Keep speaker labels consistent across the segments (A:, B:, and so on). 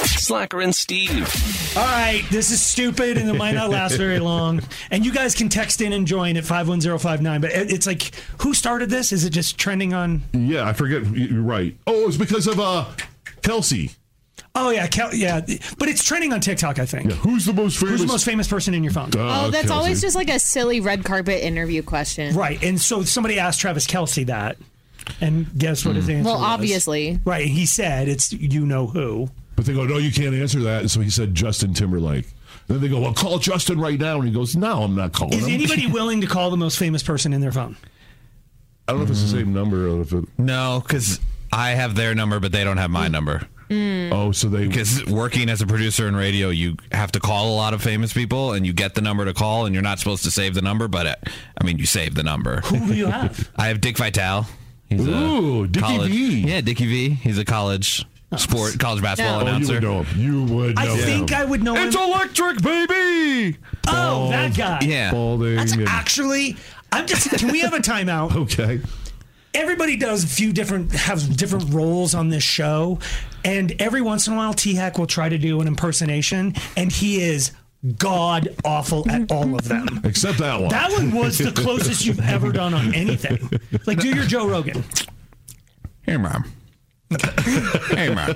A: Slacker and Steve.
B: All right, this is stupid and it might not last very long. And you guys can text in and join at 51059. But it- it's like, who started this? Is it just trending on?
C: Yeah, I forget. You're right. Oh, it's because of uh, Kelsey.
B: Oh, yeah, Kel- yeah. But it's trending on TikTok, I think.
C: Yeah, who's the most famous?
B: Who's the most famous person in your phone?
C: Uh,
D: Oh, that's
C: Kelsey.
D: always just like a silly red carpet interview question.
B: Right. And so somebody asked Travis Kelsey that. And guess what his answer
D: Well,
B: was?
D: obviously.
B: Right. He said, it's you know who.
C: But they go, no, you can't answer that. And so he said Justin Timberlake. Then they go, well, call Justin right now. And he goes, no, I'm not calling
B: Is
C: him.
B: anybody willing to call the most famous person in their phone?
C: I don't know if
B: Hmm.
C: it's the same number. Or if it,
E: No, because I have their number, but they don't have my number.
B: Hmm.
C: Oh, so they.
E: Because working as a producer in radio, you have to call a lot of famous people, and you get the number to call, and you're not supposed to save the number, but uh I mean, you save the number.
B: Who do you have?
E: I have Dick Vitale. He's a
C: Ooh, Dickie
E: college-
C: V.
E: Yeah, Dickie V. He's a college sport, college basketball
D: No.
C: Oh, you
E: announcer.
C: would know him. You would know
B: I think
C: him.
B: I would know him.
E: electric, baby.
B: Oh, that guy.
E: Yeah.
C: Balding.
B: That's
C: and-
B: actually. I'm just. Can we have a timeout?
C: okay.
B: Everybody does a few different has different roles on this show, and every once in a while, T Hack will try to do an impersonation, and he is god awful at all of them.
C: Except that one.
B: That one was the closest you've ever done on anything. Like do your Joe Rogan.
E: Hey, mom. hey, mom.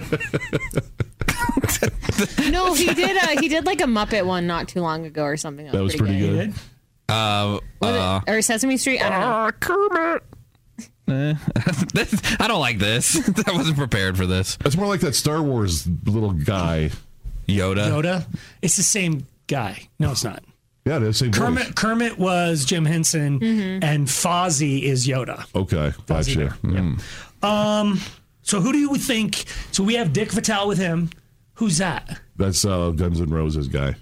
D: No, he did. A, he did like a Muppet one not too long ago or something.
C: That was pretty
B: You
C: good. Uh,
B: did?
D: Was it- or Sesame Street. I don't know.
E: Uh, Kermit. I don't like this. I wasn't prepared for this.
C: That's more like that Star Wars little guy.
E: Yoda.
B: Yoda. It's the same guy. No, it's not.
C: Yeah, that's same voice.
B: Kermit Kermit was Jim Henson, and Fozzie is Yoda.
C: Okay, gotcha. Mm.
B: So who do you think? So we have Dick Vitale with him. Who's that?
C: That's uh, Guns N' Roses guy.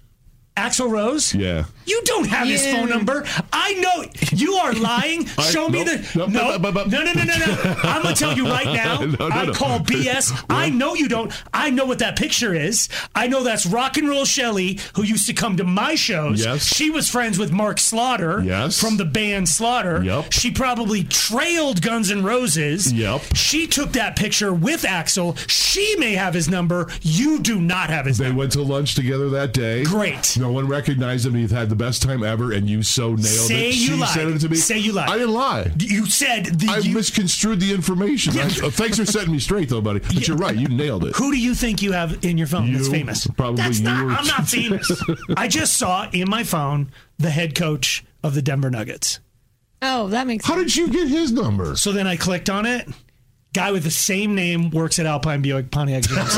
B: Axel Rose?
C: Yeah.
B: You don't have his
D: You-
B: phone number. I know you are lying.
C: I-
B: Show me
C: nope,
B: the
C: nope,
B: no,
C: nope, nope, nope.
B: no, no, no, no, no. I'm gonna tell you right now.
C: No, no,
B: I
C: no.
B: call BS. I know you don't. I know what that picture is. I know that's rock and roll Shelly, who used to come to my shows.
C: Yes.
B: she was friends with Mark Slaughter.
C: Yes.
B: from the band Slaughter.
C: Yep.
B: she probably trailed Guns N' Roses.
C: Yep.
B: she took that picture with Axel. She may have his number. You do not have his
C: They
B: number.
C: went to lunch together that day.
B: Great.
C: No one recognized him. He had the best time ever, and you so nailed
B: Say
C: it.
B: you
C: she
B: lied.
C: sent it to me.
B: Say you lied.
C: I didn't lie.
B: You said the
C: I
B: you-
C: misconstrued the information.
B: Yeah.
C: I- uh, thanks for setting me straight, though, buddy. But you're right. You nailed it.
B: Who do you think you have in your phone that's
C: You,
B: famous?
C: probably
B: that's
C: you
B: Not,
C: or-
B: I'm not famous. I just saw in my phone the head coach of the Denver Nuggets.
D: Oh, that makes.
C: How did you get his number?
B: So then I clicked on it. Guy with the same name works at Alpine Buick Pontiac Jacobs.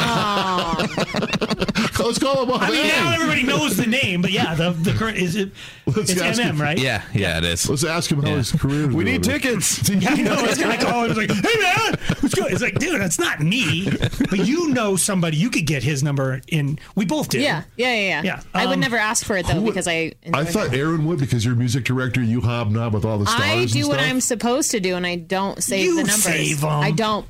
C: Let's call him up.
B: I mean,
C: Hey,
B: now everybody knows the name, but yeah, the, the current is it,
C: Let's
B: it's
C: ask
B: MM,
C: him.
B: right?
E: Yeah, yeah, it is.
C: Let's ask him how his career. is
E: We
C: doing.
E: need tickets.
B: Yeah, I know. It's like, oh, it's like, hey man, what's good? It's like, dude, that's not me. But you know somebody. You could get his number in. We both did.
D: Yeah, yeah, yeah, yeah.
B: Yeah,
D: I would
B: um,
D: never ask for it though
C: Who-
D: because I. enjoy
C: I thought
D: it.
C: Aaron would because you're music director. You hobnob with all the stars.
D: I
C: and
D: do what
C: stuff.
D: I'm supposed to do, and I don't save
B: You
D: the numbers.
B: save 'em.
D: I don't.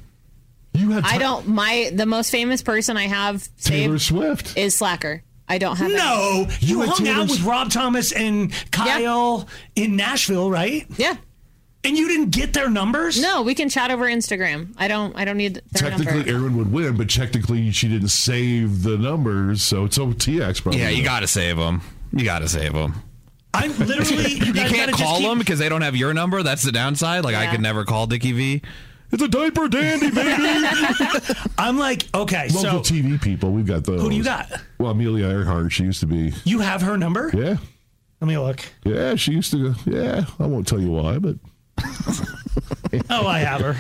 C: You had
D: I
C: Ta-
D: don't. My the most famous person I have
C: Taylor
D: saved
C: Swift.
D: is Slacker. I don't have. any-
B: No, you,
C: You went
B: hung
C: to
B: out
C: those-
B: with Rob Thomas and Kyle in Nashville, right?
D: Yeah.
B: And you didn't get their numbers?
D: No, we can chat over Instagram. I don't. I don't need their
C: Technically,
D: number.
C: Aaron would win, but technically, she didn't save the numbers, so it's OTX probably.
E: Yeah, you got to save them. You got to save them.
B: I'm literally. You,
E: You
B: guys gotta
E: can't
B: just
E: call
B: keep-
E: them because they don't have your number. That's the downside. Like, I
D: Yeah.
E: could never call Dickie V.
C: It's a diaper dandy, baby.
B: I'm like, okay,
C: Local
B: so
C: TV people, we've got those.
B: who do you got?
C: Well, Amelia Earhart. She used to be.
B: You have her number?
C: Yeah,
B: Let me look.
C: yeah. She used to. Yeah, I won't tell you why, but
B: Oh, I have her.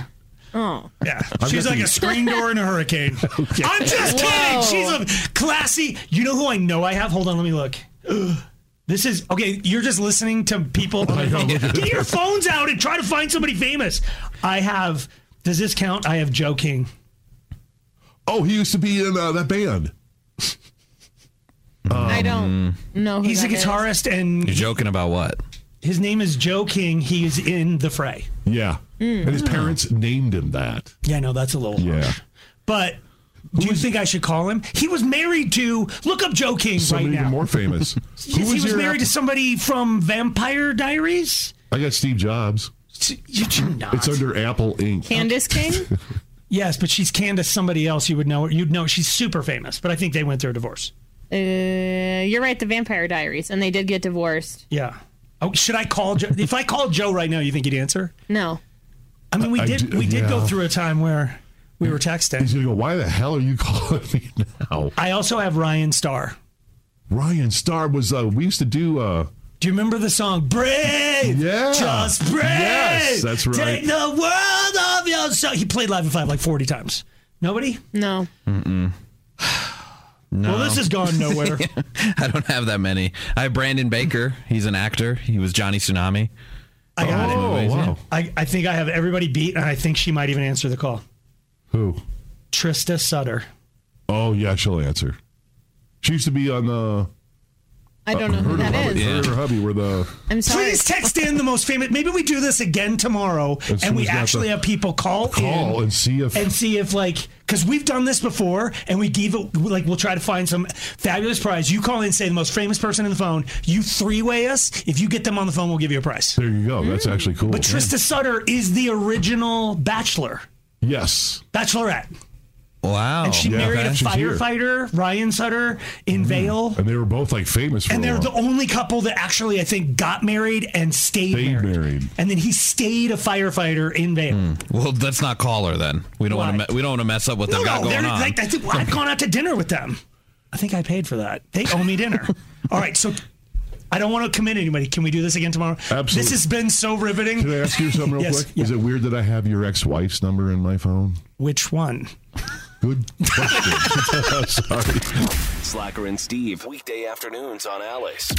D: Oh.
B: Yeah, she's like a screen door in a hurricane. I'm just kidding.
D: Whoa.
B: She's a classy. You know who I know I have? Hold on, let me look. Ugh. This is okay. You're just listening to people. on their phone. Get your phones out and try to find somebody famous. I have. Does this count? I have Joe King.
C: oh, he used to be in uh, that band. um,
D: I don't know. Who
B: He's a
D: that is.
B: guitarist, and
E: You're joking about what?
B: his name is Joe King. He is in the fray.
C: Yeah,
D: Mm.
C: and his parents named him that.
B: Yeah, no, that's a little
C: Yeah.
B: harsh. But do you think I should call him? He was married to look up Joe King
C: Somebody
B: right now.
C: even more famous. Who
B: Yes, he was
C: your
B: married to
C: app-
B: somebody from Vampire Diaries.
C: I got Steve Jobs.
B: S- You do not.
C: It's under Apple Inc.
D: Candace King.
B: Yes, but she's Candace somebody else. You would know. You'd know she's super famous. But I think they went through a divorce.
D: Uh, you're right, the Vampire Diaries, and they did get divorced.
B: Yeah. Oh, should I call Joe? if I called Joe right now, you think he'd answer?
D: No.
B: I mean, we
C: I
B: did.
C: do-
B: we did go
C: yeah.
B: through a time where we were texting.
C: He's gonna go. Why the hell are you calling me now?
B: I also have Ryan Starr.
C: Ryan Starr was. Uh, we used to do. Uh,
B: Do you remember the song "Brave"?
C: Yeah.
B: just brave.
C: Yes, that's right.
B: Take the world off your so He played live at five like forty times. Nobody.
D: No.
B: Well, this has gone nowhere.
E: I don't have that many. I have Brandon Baker. He's an actor. He was Johnny Tsunami.
B: I, got it.
C: oh wow.
B: I, I think I have everybody beat, and I think she might even answer the call.
C: Who?
B: Trista Sutter.
C: Oh yeah, she'll answer. She used to be on uh, the.
D: I don't know who
C: her and her
D: that
C: hubby-
D: is.
C: her and her hubby were the.
D: I'm sorry.
B: Please text in the most famous. Maybe we do this again tomorrow,
C: As soon
B: and we
C: as we got
B: actually
C: the
B: have people call,
C: call
B: in
C: and see if-
B: and see if like because we've done this before, and we give it like we'll try to find some fabulous prize. You call in, say the most famous person on the phone. You three way us. If you get them on the phone, we'll give you a prize.
C: There you go. That's actually cool.
B: Mm. But Trista Sutter is the original Bachelor,
C: Yes.
B: Bachelorette.
E: Wow.
B: And she
C: Oh, yeah,
B: married a
C: she's here. Hmm,
B: firefighter, Ryan Sutter, in Vale.
C: And they were both like famous for
B: And
C: a
B: they're the
C: while.
B: only couple that actually, I think, got married and stayed,
C: Stayed
B: married.
C: married. Hmm.
B: And then he stayed a firefighter in Vale.
E: Well, let's not call her then. We don't want
B: Why?
E: to. We don't want to mess up what they've
B: No,
E: got
B: no, they're
E: going on.
B: like I think I've gone out to dinner with them. I think I paid for that. They owe me dinner. All right, so I don't want to commit anybody. Can we do this again tomorrow?
C: Absolutely.
B: This has been so riveting.
C: Can I ask you something real
B: Yes,
C: quick?
B: yeah.
C: Is it weird that I have your ex-wife's number in my phone?
B: Which one?
C: Good question. Sorry.
A: Slacker and Steve, weekday afternoons on Alice.